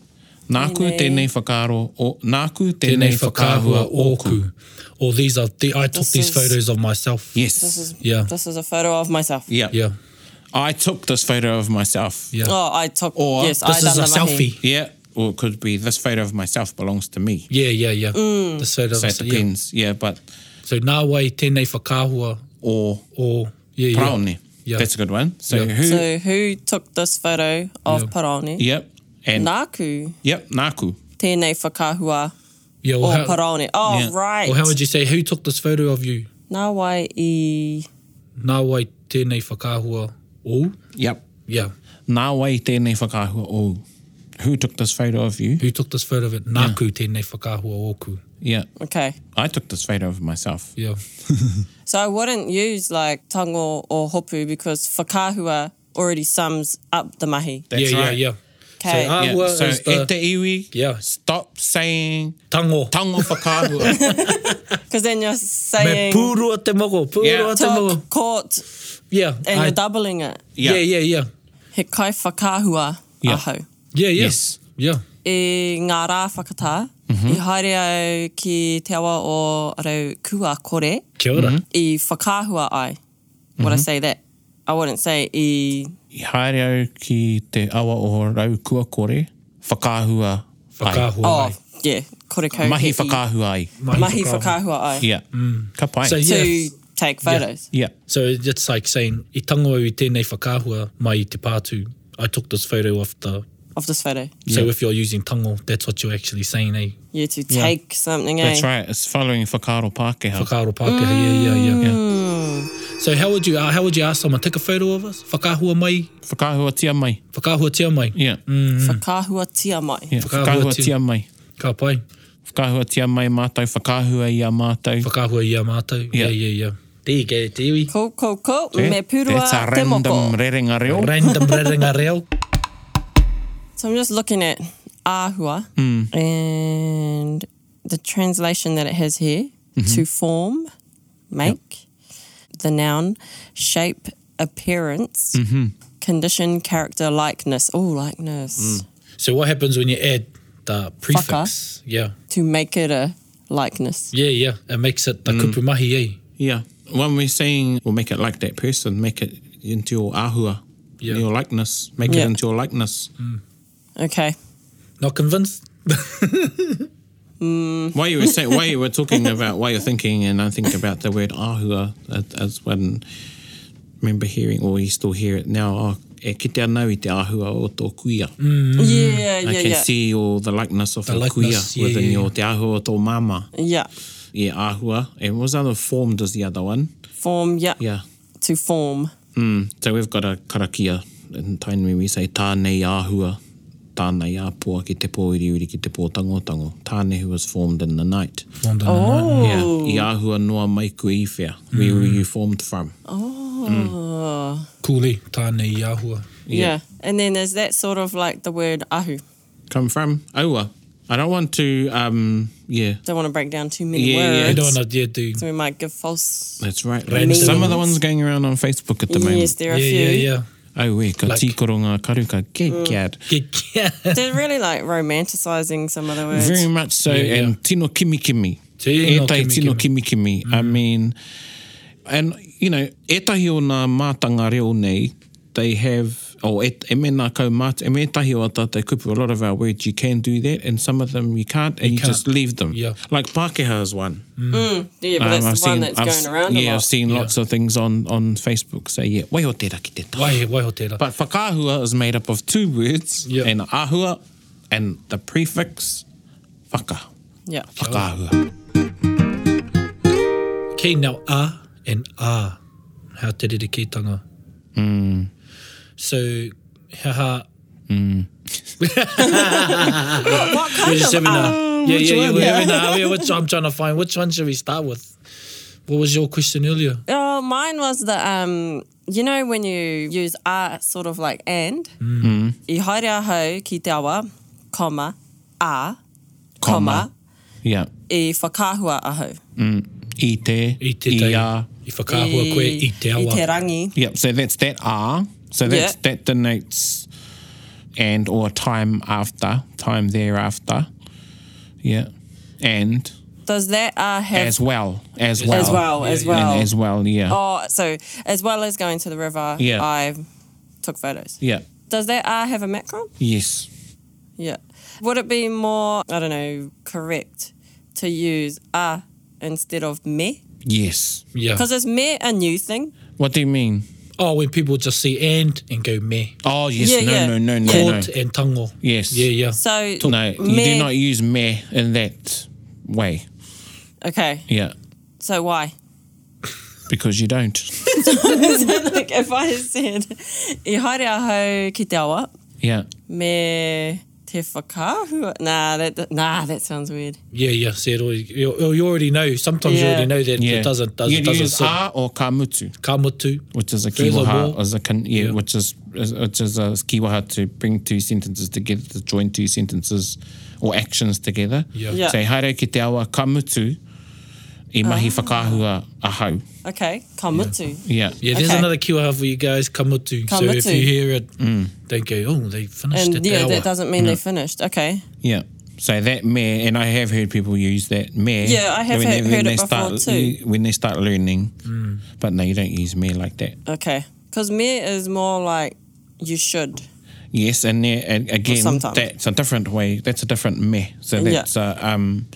S3: nāku tēnei,
S5: Tēnei.
S3: whakaro o, nāku tēnei,
S4: Tēnei whakahua ōku. Or these are, the, I took
S5: This
S4: these
S5: is-
S4: photos of myself.
S3: Yes.
S5: This is
S4: Yeah.
S5: this is a photo of myself.
S3: yeah.
S4: Yeah.
S3: I took this photo of myself.
S4: Yeah.
S5: Oh, I took.
S3: Or
S5: yes, I
S4: This is
S5: done
S4: a
S5: the mahi.
S4: selfie.
S3: Yeah. Or it could be this photo of myself belongs to me.
S4: Yeah, yeah, yeah. Mm. This photo of
S3: So it
S4: myself. Yeah.
S3: depends. Yeah, but
S4: So nā wai tēnei whakahua
S3: or
S4: o... Yeah, yeah.
S3: Praone.
S4: Yeah.
S3: That's a good one. So
S4: Yeah.
S3: who?
S5: So who took this photo of
S4: Yeah.
S5: Paraone?
S3: yep. And
S5: Naku
S3: yep. Naku.
S5: tēnei whakahua
S4: Yeah,
S5: o
S4: or how,
S5: Paraone. Oh,
S3: Yeah.
S5: right.
S4: or how would you say, who took this photo of you?
S5: Nā wai i...
S4: Nā wai tēnei whakahua o...
S3: Yep.
S4: Yeah.
S3: Nā wai tēnei whakahua o. Who took this photo of you?
S4: Who took this photo of it? Nāku yeah. tēnei whakahua ōku.
S3: Yeah.
S5: Okay.
S3: I took this photo of myself.
S4: Yeah.
S5: So I wouldn't use like tango or hopu because whakahua already sums up the mahi.
S3: That's
S4: yeah,
S3: right.
S4: yeah, yeah.
S5: Okay.
S4: So, ah,
S3: Yeah,
S4: What
S3: so
S4: is the-
S3: e te iwi,
S4: Yeah.
S3: stop saying
S4: Tango.
S3: tango whakahua.
S5: Because then you're
S4: ah, Me
S5: saying
S4: pūrua te moko, pūrua
S3: Yeah.
S4: te moko.
S5: took, caught,
S4: Yeah.
S5: and
S4: I-
S5: you're doubling it.
S3: Yeah.
S4: yeah, yeah, yeah.
S5: He kai whakahua
S3: Yeah.
S5: aho.
S4: Yeah, yeah.
S3: Yes.
S4: Yeah.
S5: I ngā rā whakatā,
S3: Mhm.
S5: i haere au ki te awa o rau kua kore,
S4: Kia ora.
S5: i whakahua ai. Would I
S3: Mhm.
S5: say that? I wouldn't say i...
S3: I haere au ki te awa o rau kua kore, whakahua ai.
S4: Whakahua
S5: Oh,
S4: ai.
S5: yeah. Kore kau
S3: Mahi
S5: he i-
S3: whakahua ai.
S5: Mahi whakahua ai.
S3: Yeah.
S4: Mm.
S3: Ka pai.
S4: So,
S5: To
S4: yeah.
S5: take photos.
S3: yeah.
S4: So it's like saying, i tango au i tēnei whakahua mai i te pātū. I took this photo of the...
S5: Of this photo.
S4: So if you're using tango, that's what you're actually saying, eh?
S5: Yeah, to take something, eh?
S3: That's right. It's following whakaro Pākehā.
S4: Whakaro Pākehā, yeah, yeah, yeah.
S5: Hmm.
S4: So how would you uh, how would you ask someone, take a photo of us? Whakahua mai?
S3: Whakahua tia mai.
S4: Whakahua tia mai?
S3: Yeah.
S5: Mm. Whakahua tia mai.
S3: yeah.
S4: Mm, Whakahua
S3: Whakahua
S4: tia-
S3: tia mai.
S4: Ka pai.
S3: Whakahua tia mai mātou, whakahua i a mātou.
S4: Whakahua ia mātou?
S3: Yeah.
S4: Yeah, yeah, yeah. There you go, te iwi.
S5: Cool, cool, cool.
S3: Eh?
S5: Me purua
S3: That's a
S5: te
S3: random
S5: moko.
S3: rerenga reo.
S4: Random rerenga reo.
S5: So I'm just looking at āhua
S3: Hmm.
S5: and the translation that it has here
S3: Mm-hmm.
S5: to form, make, the noun, shape, appearance,
S3: Mm-hmm.
S5: condition, character, likeness. Oh,
S3: Mm.
S5: likeness.
S4: So what happens when you add the prefix? Yeah.
S5: To make it a likeness.
S4: Yeah, yeah. It makes it the kupu mahi, eh?
S3: Yeah. When we're saying, we'll make it like that person, make it into your ahua,
S4: Yeah.
S3: your likeness, make it
S5: Yeah.
S3: into your likeness.
S5: Okay.
S4: Not convinced?
S3: Why you were saying, why you were talking about, why you're thinking, and I think about the word ahua as- as when remember hearing, or you still hear it now. Oh, e kite anau i te ahua o tō kuia.
S5: Yeah, yeah,
S3: Mm. I can
S5: yeah.
S3: see all the likeness of the,
S4: Mm. The likeness,
S3: kuia
S4: yeah,
S3: within
S4: yeah,
S3: your te ahua o tō mama.
S5: Yeah.
S3: Yeah, ahua. And what other form does the other one?
S5: Form, yeah.
S3: Yeah.
S5: To form.
S3: Mm. So we've got a karakia in Tainui we say tānei āhua, tānei āpua ki te pōiriuri ki te pōtangotango. Tāne who was formed in the night.
S4: Formed in a night.
S5: Oh.
S3: Uh, Yeah. I āhua noa mai ku i whea. Where were
S4: Hmm.
S3: you formed from? Mm.
S4: Cool, eh? Tāne i āhua.
S5: Yeah. And then there's that sort of like the word ahu.
S3: Come from? Aua. I don't want to, um, yeah.
S5: Don't want to break down too many
S3: Yeah, yeah.
S5: words.
S4: I don't want to yeah, do...
S5: So we might give false.
S3: That's right.
S4: Random.
S3: Some of the ones going around on Facebook at the
S5: yes,
S3: moment.
S5: there
S4: Yeah,
S5: are a few.
S4: yeah, yeah.
S3: Oh, e, ka
S4: Like- Hmm.
S3: tikoro ngā karuka. Ke kiat.
S4: Yeah, yeah.
S5: They're really like romanticizing some of the words.
S3: Very much so.
S4: Yeah, yeah.
S3: And tino kimikimi.
S4: Tino
S3: e tai tino
S4: kimikimi.
S3: kimikimi. I mean, and, you know, etahi o nā mātanga reo nei, they have, or et, e me nā kaumātanga, e me etahi o tātou kupu, a lot of our words you can do that, and some of them you can't, and you,
S4: can't.
S3: just leave them.
S4: Yeah.
S3: Like Pākehā is one.
S5: yeah, but that's the one that's
S3: Um, I've,
S5: going
S3: s-
S5: around
S3: yeah,
S5: a
S3: I've
S5: lot.
S3: seen lots of things on, on Facebook say, yeah, wai o te raki te tahi.
S4: Wai, wai ho tērā.
S3: But whakahua is made up of two words,
S4: Yeah.
S3: and ahua, and the prefix whaka.
S5: Yeah.
S3: Whakahua.
S4: Okay, now a and a. How te rere ki tanga. So, haha.
S5: What
S4: We're
S5: kind
S4: just
S5: of
S4: having
S5: ah?
S4: a. Yeah, yeah, oh, yeah.
S3: one?
S4: We're having a. yeah, Which I'm trying to find. Which one should we start with? What was your question earlier?
S5: Oh, Well, mine was the um, you know when you use a sort of like and. Mm. I haere ahau ki te awa, comma, a, comma,
S3: Comma. Yeah.
S5: i whakāhua ahau.
S3: I te,
S4: I te tau,
S3: ia.
S4: i whakāhua koe i te awa.
S5: I te rangi.
S3: Yep, so that's that R. So that's,
S5: Yeah.
S3: that denotes and or time after, time thereafter. Yeah. And
S5: Does that a have
S3: as well, as well.
S5: as well, as well.
S3: And as well, yeah.
S5: Oh, so as well as going to the river,
S3: Yeah.
S5: I took photos.
S3: Yeah.
S5: Does that R have a macron?
S3: Yes.
S5: Yeah. Would it be more, I don't know, correct to use a instead of me?
S3: Yes.
S4: Yeah.
S5: Because is me a new thing?
S3: What do you mean?
S4: Oh, when people just say and and go meh.
S3: Oh, yes.
S5: Yeah,
S3: no,
S5: yeah.
S3: no, no, no, no.
S4: Court and tango.
S3: Yes.
S4: Yeah, yeah.
S5: So
S3: No, you
S5: me-
S3: do not use meh in that way.
S5: Okay,
S3: Yeah.
S5: so why?
S3: Because you don't.
S5: like if I said i haere ahau ki te awa,
S3: Yeah.
S5: me te whakāhua. Nah, that nah, that sounds weird.
S4: Yeah, yeah. See, it always, you, you already know. Sometimes you
S5: Yeah.
S4: already know that
S3: Yeah. Ah.
S4: it doesn't, doesn't,
S3: You'd
S4: doesn't
S3: use
S4: sit.
S3: R or kamutu.
S4: Kamutu.
S3: which is a
S4: Further
S3: kiwaha,
S4: wall.
S3: is a con- yeah,
S4: Yeah.
S3: which is is- which is a kiwaha to bring two sentences together, to join two sentences or actions together.
S4: Yeah.
S5: Yeah.
S3: Say haere ki te awa kamutu i
S5: Ah.
S3: mahi whakāhua ahau.
S5: Okay, kamutu.
S3: Yeah.
S4: Yeah, there's
S5: Okay.
S4: another kiwaha for you guys, kamutu. So if
S5: Kamutu.
S4: you hear it, they go, oh, they finished
S5: And
S4: it.
S5: yeah,
S4: that
S5: that doesn't mean they finished. Okay.
S3: Yeah. So that mare, and I have heard people use that mare.
S5: Yeah, I have he- heard it before
S3: start,
S5: too.
S3: When they start learning,
S4: Mm.
S3: but no, you don't use mare like that.
S5: Okay. Because me is more like you should.
S3: Yes, and, there, and again,
S5: sometimes.
S3: that's a different way. That's a different meh. So
S5: Yeah.
S3: that's a um,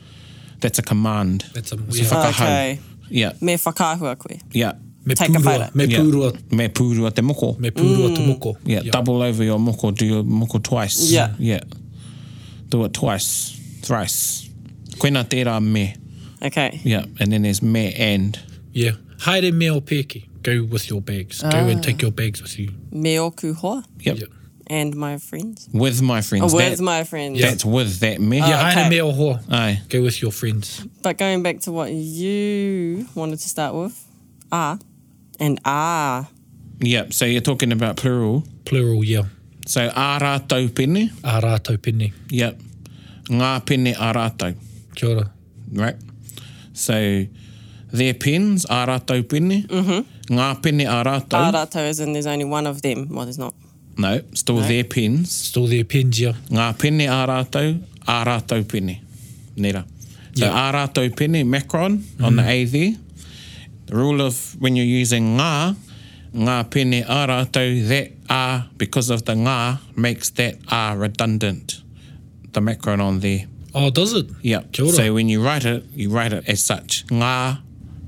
S3: that's a command.
S4: That's a-
S3: It's
S4: yeah.
S3: whakahau.
S5: Okay.
S3: Yeah,
S5: Me whakāhua koe.
S3: yeah.
S4: me
S5: Take a
S4: pūrua,
S5: photo.
S4: me
S3: yeah.
S4: pūrua,
S3: Me pūrua te moko.
S4: me pūrua te moko.
S3: yeah, double over your moko. Do your moko twice.
S5: Yeah.
S3: Yeah. Do it twice, thrice. Koina tērā me.
S5: Okay.
S3: Yeah, and then there's me and.
S4: Yeah. Haere me o pēki. Go with your bags. Go and take your bags with you.
S5: Me oku hoa
S3: Yep.
S4: Yeah.
S5: and my friends.
S3: With my
S5: Oh,
S3: friends.
S5: where's
S3: that,
S5: my friends?
S4: Yeah. Ah.
S3: That's with that me.
S4: Yeah, haere
S5: okay.
S4: me o hoa.
S3: Aye.
S4: Go with your friends.
S5: But going back to what you wanted to start with, ah, and ah.
S3: Yep. So you're talking about plural.
S4: Plural, yeah.
S3: So ā rātou pene.
S4: A rātou pene.
S3: Yep. Ngā pene ā rātou.
S4: Kia ora.
S3: right? So their pens, ā rātou pene. Mm-hmm. Ngā pene ā rātou.
S5: Arato is in there's only one of them. Well, there's not.
S3: No, still their pens.
S4: Still there, pens, yeah.
S3: Ngā pene ā rātou, ā rātou pene. Nera. So
S4: Yeah. Mm-hmm.
S3: ā rātou pene, macron, on the A there. The rule of when you're using ngā, ngā pene ā rātou, that ā, because of the ngā, makes that ā redundant. The macron on there.
S4: Oh, does it?
S3: Yeah.
S4: Kia ora.
S3: So when you write it, you write it as such. Ngā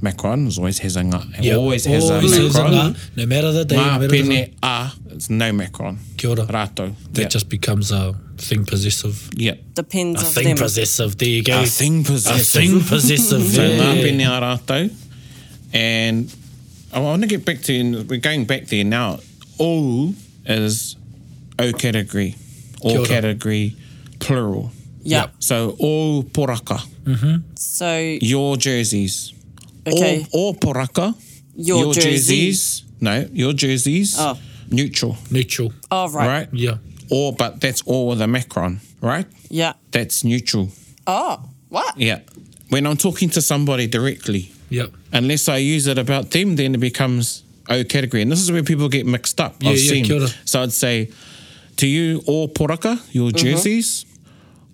S3: Macron is always has a ngā. It
S4: Yeah.
S3: Always has
S4: Always
S3: a
S4: has a
S3: Macron.
S4: ngā. No matter the day, no
S3: Ngā
S4: matter the
S3: pene a. It's no Macron.
S4: Kia ora.
S3: Rato.
S4: That
S3: yeah.
S4: just becomes a thing possessive.
S3: yeah.
S5: Depends
S4: A
S5: of
S4: thing
S5: them.
S4: possessive. There you go.
S3: A thing
S4: A
S3: possessive.
S4: thing possessive.
S3: So ngā
S4: yeah.
S3: pene a rato. And I want to get back to we're going back there now. All is o category,
S4: Kia
S3: all
S4: ora.
S3: category, plural.
S5: yeah.
S4: Yeah.
S3: So all poraka,
S5: So
S3: your jerseys.
S5: okay,
S3: All, all poraka.
S5: your, jerseys.
S3: No, your jerseys.
S5: Oh.
S3: Neutral,
S4: Neutral.
S5: Oh right.
S3: right?
S4: Yeah.
S3: Or, but that's all with a macron, right?
S5: Yeah.
S3: That's neutral.
S5: Oh, what?
S3: Yeah. When I'm talking to somebody directly,
S4: Yeah.
S3: unless I use it about them, then it becomes O category. And this is where people get mixed up.
S4: Yeah,
S3: I've
S4: yeah,
S3: seen.
S4: kia ora.
S3: So I'd say to you, all poraka, your
S4: Mm-hmm.
S3: jerseys.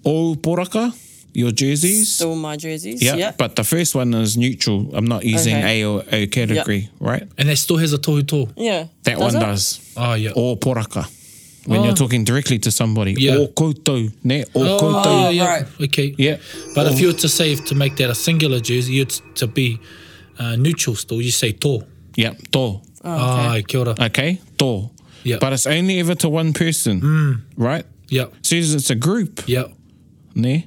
S3: All poraka, your jerseys.
S5: Still my jerseys.
S3: yeah,
S5: Yeah.
S3: but the first one is neutral. I'm not using
S5: Okay.
S3: A or O category, right?
S4: And that still has a tohuto.
S5: yeah.
S3: That one
S5: it?
S3: does.
S4: Oh, yeah.
S3: Or poraka. When you're
S4: Oh.
S3: talking directly to somebody.
S4: Yeah.
S3: Or koutou. Ne? Or
S4: Oh,
S3: koutou.
S4: yeah, yeah.
S5: right.
S4: Okay.
S3: Yeah.
S4: But
S3: Or-
S4: if you were to say to make that a singular jersey, you'd to be uh, neutral still. You say to.
S3: Yeah. To.
S4: Ah, kia ora.
S3: Okay? To.
S4: Yeah. Mm.
S3: But it's only ever to one person. Right?
S4: Yeah.
S3: So it's a group.
S4: Yeah.
S3: Ne?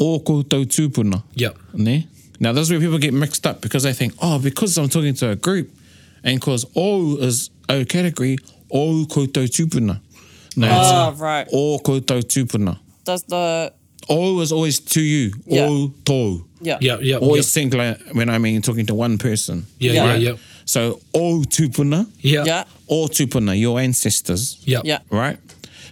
S3: Or koutou tūpuna.
S4: Yeah.
S3: Ne? Now, this is where people get mixed up because they think, oh, because I'm talking to a group and because O is O category, O koutou tūpuna. No,
S4: Ah.
S5: Oh,
S3: it's
S5: right.
S3: O koutou tūpuna.
S5: Does the
S3: O is always to you.
S5: Yeah.
S3: O to.
S5: yeah.
S4: Yeah. Yeah.
S3: Always singular when I mean talking to one person.
S4: Yeah. Yeah.
S5: Yeah.
S4: Yeah. yeah.
S3: So, o tupuna,
S4: Yeah.
S5: Yeah.
S3: o tupuna, your ancestors,
S4: Yeah.
S5: Yeah.
S3: right?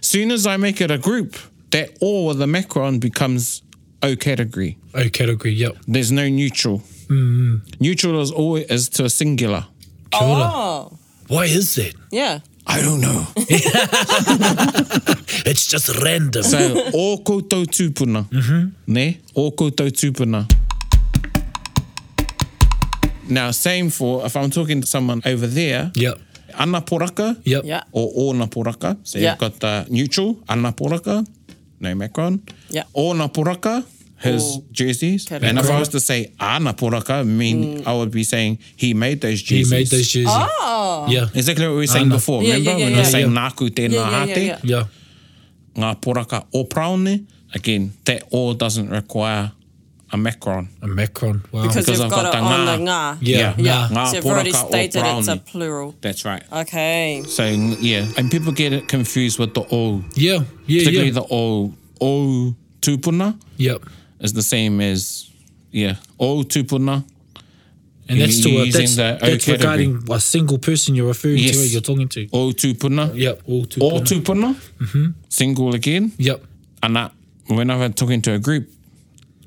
S3: Soon as I make it a group, that o with the macron becomes o category.
S4: O category. Yep.
S3: There's no neutral. Mm-hmm. Neutral is always is to a singular.
S4: Kia ora.
S5: Oh,
S4: Why is that?
S5: yeah.
S3: I don't know.
S4: It's just random.
S3: So, o koutou tūpuna. Mm-hmm. Ne? O koutou tūpuna. Now, same for if I'm talking to someone over there,
S4: Yep.
S3: ana poraka
S4: Yep.
S5: Yeah.
S3: or ōna poraka. So
S5: Yeah.
S3: you've got the neutral, ana poraka, no macron.
S5: Yeah.
S3: Ōna poraka, his
S5: Or-
S3: jerseys.
S5: Correct.
S3: And if I was to say ana poraka, I mean,
S5: Mm.
S3: I would be saying he made those
S4: He
S3: jerseys.
S4: made those jerseys.
S5: Oh,
S4: Yeah.
S3: Exactly what we were saying
S4: Ana.
S3: before.
S5: Yeah, yeah,
S3: Remember
S5: yeah,
S3: when we were
S5: yeah.
S3: saying
S4: Yeah.
S3: nāku tēnā
S5: Yeah, yeah, yeah,
S3: hate?
S5: yeah.
S4: Yeah.
S3: ngā poraka o praone, again, that all doesn't require a macron.
S4: A macron. Wow.
S5: because
S3: Because
S5: you've
S3: I've
S5: got,
S3: got
S5: it
S3: the
S5: on the
S3: nga.
S5: nga.
S4: Yeah.
S5: Yeah.
S3: Nga
S5: So you've already
S3: poraka o
S5: stated it's a
S3: brownie.
S5: plural.
S3: That's right.
S5: Okay.
S3: So, n- yeah. And people get it confused with the o.
S4: yeah. Yeah.
S3: Particularly
S4: Yeah.
S3: the o. O tupuna
S4: yep.
S3: is the same as, yeah, o tupuna.
S4: And that's to
S3: You're
S4: a,
S3: using
S4: that's,
S3: the O
S4: that's
S3: category.
S4: regarding a single person you're referring
S3: Yes.
S4: to. You're talking to.
S3: O tupuna.
S4: Yep. All two.
S3: O tupuna. Single again.
S4: Yep.
S3: And I, whenever I'm talking to a group,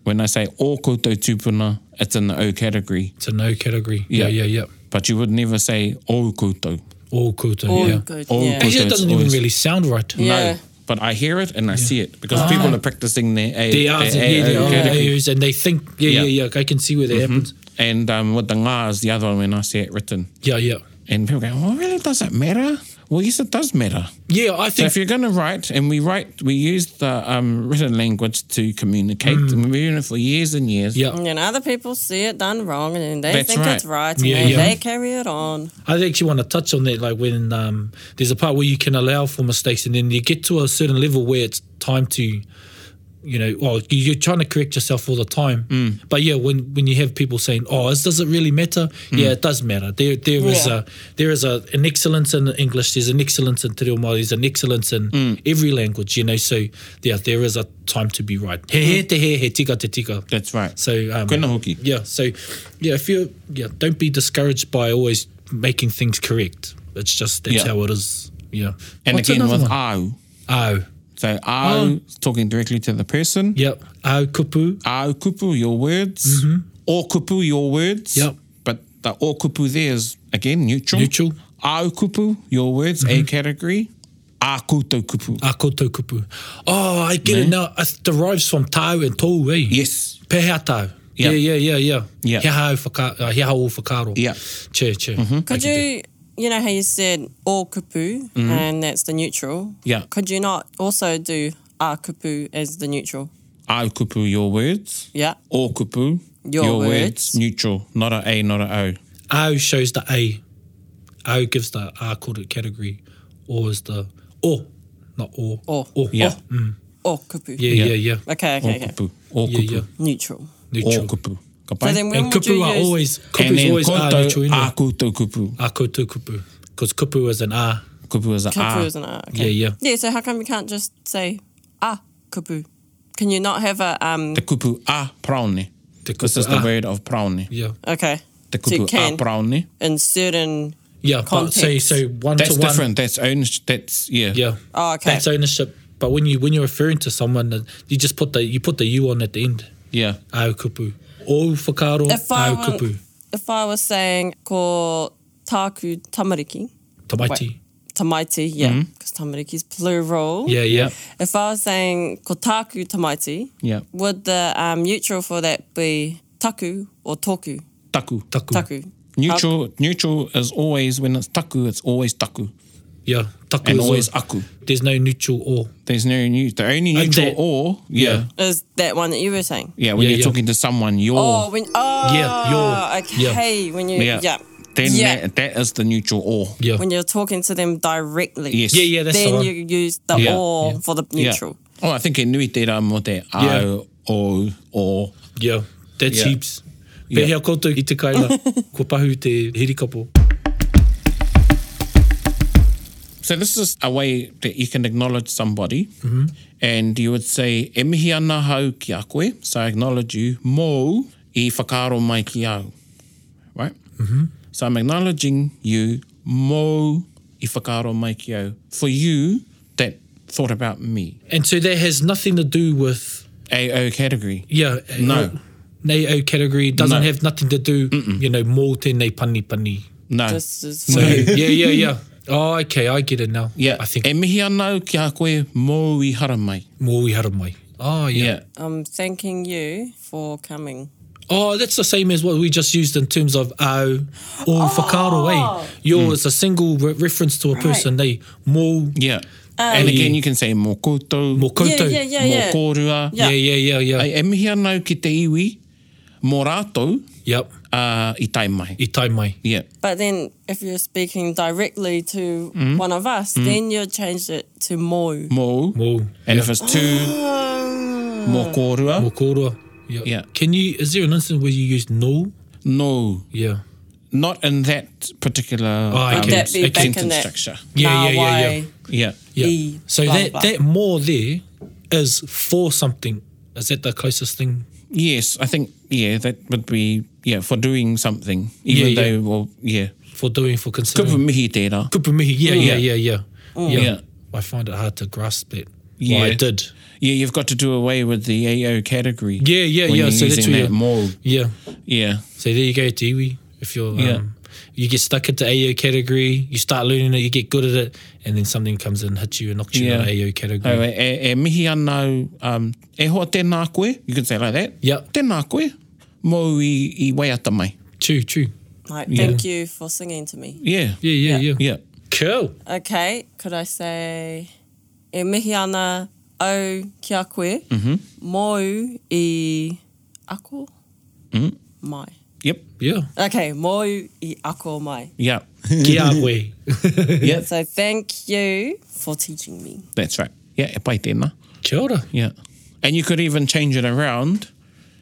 S3: when I say o koutou tupuna, it's in the o category.
S4: It's a no category. Yeah.
S3: Yeah.
S4: Yeah. Yep.
S3: But you would never say o koutou.
S4: All kuta.
S5: All
S4: yeah.
S5: good.
S3: All
S5: yeah.
S3: good.
S4: Actually, it
S3: It's
S4: doesn't even
S3: always-
S4: really sound right.
S5: Yeah.
S3: No, but I hear it and I see it because people are practicing their A.
S4: Ah. They are,
S3: their
S4: yeah, they
S3: A-
S4: are
S3: category.
S4: AOs, and they think, yeah,
S3: Yeah.
S4: yeah, yeah, I can see where that happens.
S3: And um, with the nga is the other one when I see it written.
S4: Yeah, yeah.
S3: And people go, well, really, does it matter? Well, yes, it does matter.
S4: Yeah, I
S3: So
S4: think,
S3: if you're going to write, and we write, we use the um, written language to communicate, and we've been doing it for years and years.
S4: Mm. yeah,
S5: And other people see it done wrong and then they
S3: That's
S5: think
S3: right.
S5: it's right and
S4: Yeah,
S5: then
S4: yeah.
S5: they carry it on.
S4: I actually want to touch on that. Like when um, there's a part where you can allow for mistakes, and then you get to a certain level where it's time to, you know, well, you- you're trying to correct yourself all the time. But yeah, when when you have people saying, "Oh, is, does it really matter?" Yeah, it does matter. There there is
S5: Yeah.
S4: a there is a an excellence in English. There's an excellence in Te Reo Māori. There's an excellence in every language. You know, so yeah, there is a time to be right. He he te he he tika te tika.
S3: That's right.
S4: So um,
S3: Koina hoki.
S4: Yeah. So yeah, if you yeah, don't be discouraged by always making things correct. It's just that's
S3: Yeah.
S4: how it is. Yeah.
S3: and
S4: What's
S3: again,
S4: another
S3: with
S4: one?
S3: au.
S4: Au.
S3: So au, is talking directly to the person.
S4: Yep. Au kupu.
S3: Au kupu, your words. O kupu, your words.
S4: Mm-hmm. Yep.
S3: But the o kupu there is, again, neutral.
S4: Neutral. Mm-hmm.
S3: Au kupu, your words, a category. A koutou kupu.
S4: A koto kupu. Oh, I get it now. It derives from tau and tau, eh?
S3: Yes.
S4: Pehea tau.
S3: Yeah.
S4: Yeah, yeah, yeah, yeah.
S3: Yeah.
S4: He hau whaka, uh, he hau whakaro.
S3: Yeah.
S4: Che, che. Mm-hmm.
S5: Could you, you know how you said all kupu and that's the neutral?
S3: Mm-hmm. Yeah.
S5: Could you not also do a kupu as the neutral?
S3: Au kupu, your words.
S5: Yeah.
S3: O kupu,
S5: Your words.
S3: Neutral. Not a A, not a O.
S4: Au shows the A. Au gives the A kore category. O is the O, not O.
S5: O.
S4: O.
S3: Yeah.
S4: O. Mm.
S5: All kupu.
S4: Yeah,
S3: Yeah.
S4: yeah, yeah.
S5: Okay,
S3: O
S5: okay, okay.
S3: kupu. O
S4: Yeah, yeah.
S3: kupu.
S5: Neutral.
S3: O
S4: Neutral.
S3: kupu. Ka
S5: So
S3: pai?
S5: then when
S4: And
S5: would you
S4: kupu are
S5: use,
S4: always
S3: and
S4: kupu's
S3: then
S4: always a neutral
S3: koutou, a
S4: anyway.
S3: koutou kupu.
S4: A koutou Ah, kupu. Because kupu is an a.
S3: Kupu is a
S5: kupu
S3: a.
S5: is an a. Okay.
S4: Ah. Yeah, yeah.
S5: Yeah, so how come you can't just say a kupu? Can you not have a um
S3: Te kupu a praone.
S4: Te
S3: This
S4: kupu
S3: is the
S4: a.
S3: word of praone.
S4: Yeah.
S5: okay.
S3: Te
S5: so you
S3: kupu
S4: ah,
S3: a
S5: can
S3: praone.
S5: in certain
S4: Yeah, but so
S5: Context.
S4: so one
S3: That's
S4: to one.
S3: different. That's own. That's yeah.
S4: Yeah.
S5: Oh, okay.
S4: That's ownership. But when you when you're referring to someone, uh, you just put the you put the u on at the end.
S3: Yeah.
S4: Au kupu. O whakaro,
S5: if I
S4: au
S5: wan-
S4: kupu.
S5: if I was saying ko taku tamariki,
S4: Tamaiti.
S5: tamaiti, yeah, because tamariki is plural.
S4: Mm-hmm. Yeah, yeah.
S5: If I was saying ko taku tamaiti,
S3: Yeah.
S5: would the um, neutral for that be taku or toku?
S3: Taku.
S4: Taku.
S5: Taku.
S3: Neutral neutral is always when it's taku, it's always taku.
S4: Yeah. Taku
S3: And
S4: is
S3: always
S4: a-
S3: aku.
S4: There's no neutral or.
S3: There's no new the only
S4: Like
S3: neutral
S4: that.
S3: or yeah. Yeah,
S4: Yeah.
S5: Is that one that you were saying?
S3: when
S4: Yeah,
S3: you're
S4: yeah.
S3: talking to someone, you're
S5: Oh, when oh
S4: Yeah, your- yeah.
S5: okay when you yeah,
S3: Then
S5: Yeah.
S3: That, that is the neutral or.
S4: Yeah.
S5: when you're talking to them directly.
S3: Yes.
S4: yeah, yeah, that's the
S5: then
S4: one.
S5: you use the
S3: Yeah,
S5: or
S4: yeah.
S5: for the neutral.
S3: Yeah. Oh, I think in nui te rā mō te ao, o, o.
S4: Yeah, that's
S3: Yeah.
S4: yeah. heaps.
S3: Yeah.
S4: Yeah. Pehea koutou i te kaila, ko pahu te hirikapo.
S3: So this is a way that you can acknowledge somebody and you would say, e mihi ana hau ki a koe, so I acknowledge you, mō i whakaro mai ki au. Right? Mm-hmm. So I'm acknowledging you mō i whakaaro mai ki au for you that thought about me.
S4: And so that has nothing to do with
S3: AO category.
S4: yeah. uh,
S3: No.
S4: Nei au category doesn't
S3: No.
S4: have nothing to do, you know, mō tēnei pani pani.
S3: No.
S5: This is
S4: So yeah, yeah, yeah. Oh, okay, I get it now.
S3: yeah.
S4: I think
S3: E mihi anau ki a koe mō i hara mai.
S4: mō i hara mai. Oh, yeah.
S3: Yeah.
S5: I'm thanking you for coming.
S4: Oh, that's the same as what we just used in terms of au or
S5: Oh.
S4: whakaro, eh? Yo
S3: Mm.
S4: is a single re- reference to a person, they mō,
S3: Yeah. and again, you can say mō koutou,
S4: mō koutou.
S5: Yeah, Ah. yeah,
S3: mō
S5: yeah, yeah.
S3: kōrua.
S4: yeah, yeah, yeah. yeah.
S3: Ai, e mihi anau ki te iwi, mō rātou
S4: Yep,
S3: uh, i tai mai.
S4: i tai mai.
S3: Yeah.
S5: But then if you're speaking directly to
S4: Mm-hmm.
S5: one of us, then you change it to mo.
S3: Mō.
S4: Mō,
S3: And if it's two,
S4: Ah.
S3: mō kōrua.
S4: mō kōrua. Yep.
S3: Yeah.
S4: Can you, is there an instance where you use no?
S3: No.
S4: Yeah.
S3: Not in that particular
S4: Ah, I
S3: um,
S4: get it. Would that be
S3: a
S4: back in
S3: sentence
S5: that-
S3: structure.
S4: Yeah,
S5: Nah,
S4: yeah, yeah, yeah.
S5: why?
S3: Yeah.
S4: yeah.
S5: E,
S4: so
S5: blah,
S4: that,
S5: blah.
S4: that more there is for something. Is that the closest thing?
S3: Yes, I think, yeah, that would be, yeah, for doing something. Even
S4: Yeah, yeah.
S3: though, well, yeah.
S4: for doing for
S3: Kupu
S4: considering.
S3: mihi tērā.
S4: Kupu mihi. Yeah, yeah, yeah, yeah. yeah.
S3: Yeah.
S4: I find it hard to grasp it.
S3: Yeah.
S4: Well, I did.
S3: Yeah, you've got to do away with the AO category.
S4: Yeah, yeah,
S3: when
S4: yeah.
S3: You're
S4: So that's
S3: using
S4: where
S3: that
S4: you-
S3: mō.
S4: Yeah.
S3: Yeah.
S4: So there you go, Dewey. If you're,
S3: Yeah.
S4: um, you get stuck into AO category, you start learning it, you get good at it, and then something comes in, hits you, and knocks you
S3: Yeah.
S4: out of AO
S3: Oh,
S4: category.
S3: e, e, e mihi anau, um, e hoa tēnā koe, you can say like that.
S4: Yep.
S3: Tēnā koe, mō i, i waiata mai.
S4: True, true.
S5: Like, thank you for singing to me.
S3: Yeah.
S4: Yeah, yeah, yeah.
S5: Yeah.
S3: Yeah.
S4: Cool.
S5: Okay, could I say, e mihi ana au kia koe, mm-hmm.
S4: Mhm.
S5: mōu i ako
S4: Mm.
S5: mai.
S3: Yep.
S4: Yeah.
S5: Okay, mōu i ako mai.
S3: Yeah.
S4: Kia koe.
S3: yeah.
S5: So thank you for teaching me.
S3: That's right. Yeah, e pai tēnā.
S4: Kia ora.
S3: Yeah. And you could even change it around.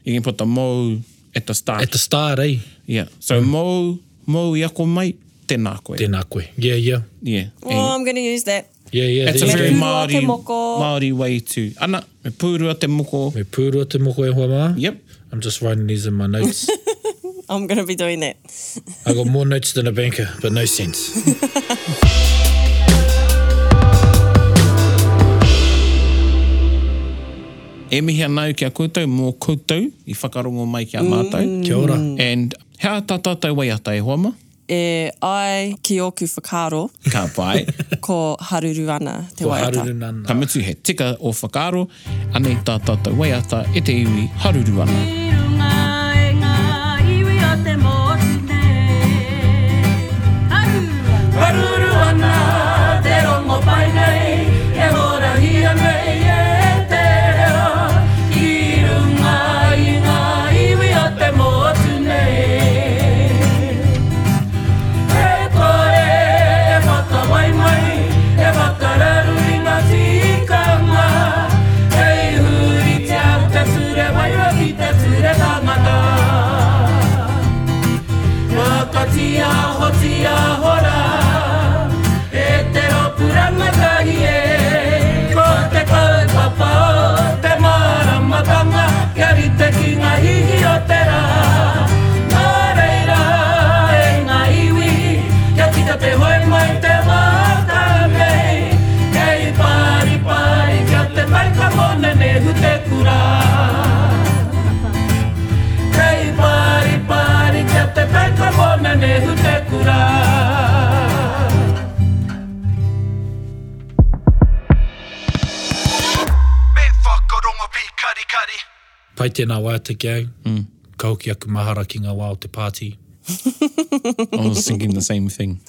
S3: You can put the mo at the start.
S4: At the start, eh?
S3: yeah. So mo mo i ako mai tēnā koe.
S4: Tēnā koe. Yeah, yeah.
S3: Yeah.
S5: Oh,
S3: And
S5: I'm going to use that.
S4: Yeah, yeah.
S3: it's a
S4: there
S3: very
S4: you go.
S5: e Pūrua te
S3: Māori,
S5: moko.
S3: Māori way to. Ana, me pūrua te moko.
S4: Me pūrua te moko e hoa mā.
S3: Yep.
S4: I'm just writing these in my notes.
S5: I'm going to be doing that.
S4: I got more notes than a banker, but no sense.
S3: E mihi anau kia koutou, mō koutou, i whakarongo mai kia mātou.
S4: Kia ora.
S3: And hea tā tātou wai ata e hoama?
S5: E ai ki oku whakaro
S3: Ka pai.
S5: ko haruru ana te
S4: Ko
S5: waiata.
S4: haruru nana.
S3: Ka mutu he tika o whakaro, anei tā tātou wai ata e te iwi haruru ana.
S6: e Haruru ana, te rongo pai nei, e hora hia nei e te reo. I runga i ngā iwi a te motu nei. E kore, e whakawai mai, e whakararu i ngā tikanga. Hei huri te au te ture waiwa ki te ture tangata. Wakatia hotia hora E te ropuranga tahi e Ko te kaupapa o te maramatanga Kia rite ki ngā hihi o te rā Nā reira e ngā iwi Kia tika te hoi mai te waka mei Kei pari pari kia te taika mone nehu te kura Kei pari pari kia te taika mona nehu te kura
S1: Me whakarongo pīkari kari.
S4: Pai tēnā wā te gang. Mm. Ka hoki aku mahara ki ngā wā o te pāti.
S3: I was thinking the same thing.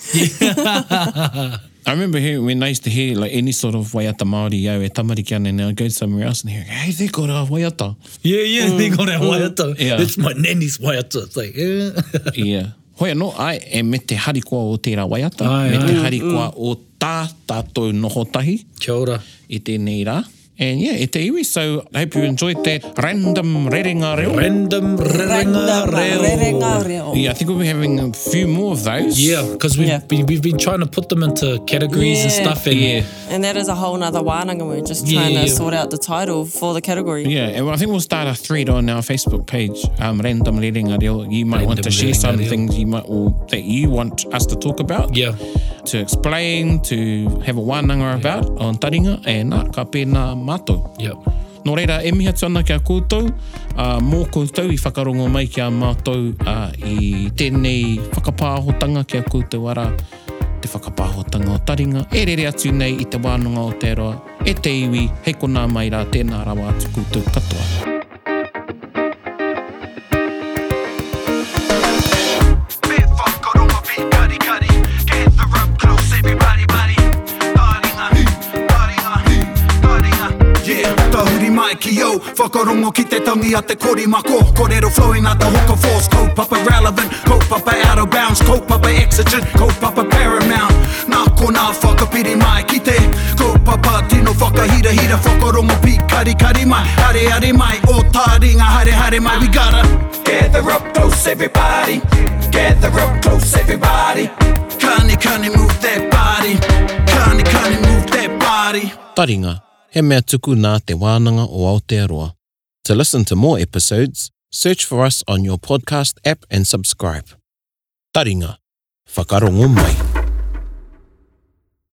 S3: I remember hearing, when I used to hear like any sort of waiata Māori, yo, e tamariki ana, and I go somewhere else and hear, hey, they got a waiata.
S4: Yeah, yeah, mm. they got a waiata.
S3: Yeah.
S4: That's my nanny's waiata. It's like, eh. yeah.
S3: yeah. Hoi anō, ai, e me te harikoa o tērā waiata,
S4: Ai, Mm,
S3: me
S4: ai.
S3: te harikoa o tā tātou noho tahi
S4: Kia ora.
S3: i tēnei rā. And yeah, e te iwi. So I hope you enjoyed that random rerenga reo. Oh.
S4: Random rerenga
S5: Random
S4: reo.
S5: rerenga reo.
S3: Yeah, I think we'll be having a few more of those.
S4: Yeah, because we've,
S5: Yeah.
S4: been, we've been trying to put them into categories and
S5: Yeah.
S4: stuff. And
S3: Yeah.
S5: And that is a whole nother wānanga. We're just trying
S4: Yeah,
S5: to
S4: yeah.
S5: sort out the title for the category.
S3: Yeah, and I think we'll start a thread on our Facebook page, um, Random Rerenga Reo. You might want to
S4: Random
S3: share some
S4: Rerenga Reo.
S3: things you might or that you want us to talk about.
S4: yeah.
S3: To explain, to have a wānanga about on taringa, and nā, ka pēnā mātou.
S4: Yeah.
S3: Nō reira, e miha tana kia koutou. Uh, mō koutou i whakarongo mai kia mātou uh, i tēnei whakapāhotanga kia koutou ara te whakapāhotanga o taringa. E rere atu nei i te wānanga o te roa. E te iwi, hei kona mai rā tēnā rawa atu koutou katoa.
S1: Bit whakaronga whikari kari. Gather up close, everybody, buddy. Taringa, taringa, taringa. Yeah, tahuri mai ki yo Whakarongo ki te tangi a te korimako Korero flowing a te hoka force Kaupapa relevant, kaupapa out of bounds Kaupapa exigent, kaupapa paramount Nā ko nā whakapiri mai ki te Kaupapa tino whakahira hira Whakarongo pikari kari mai Hare hare mai, o taringa hare hare mai We gotta
S2: Gather up close, everybody. Gather up close, everybody.
S1: Kani kani move that body. Kani kani move that body.
S3: Taringa, he mea tuku nā te wānanga o Aotearoa. To listen to more episodes, search for us on your podcast app and subscribe. Taringa, whakarongo mai.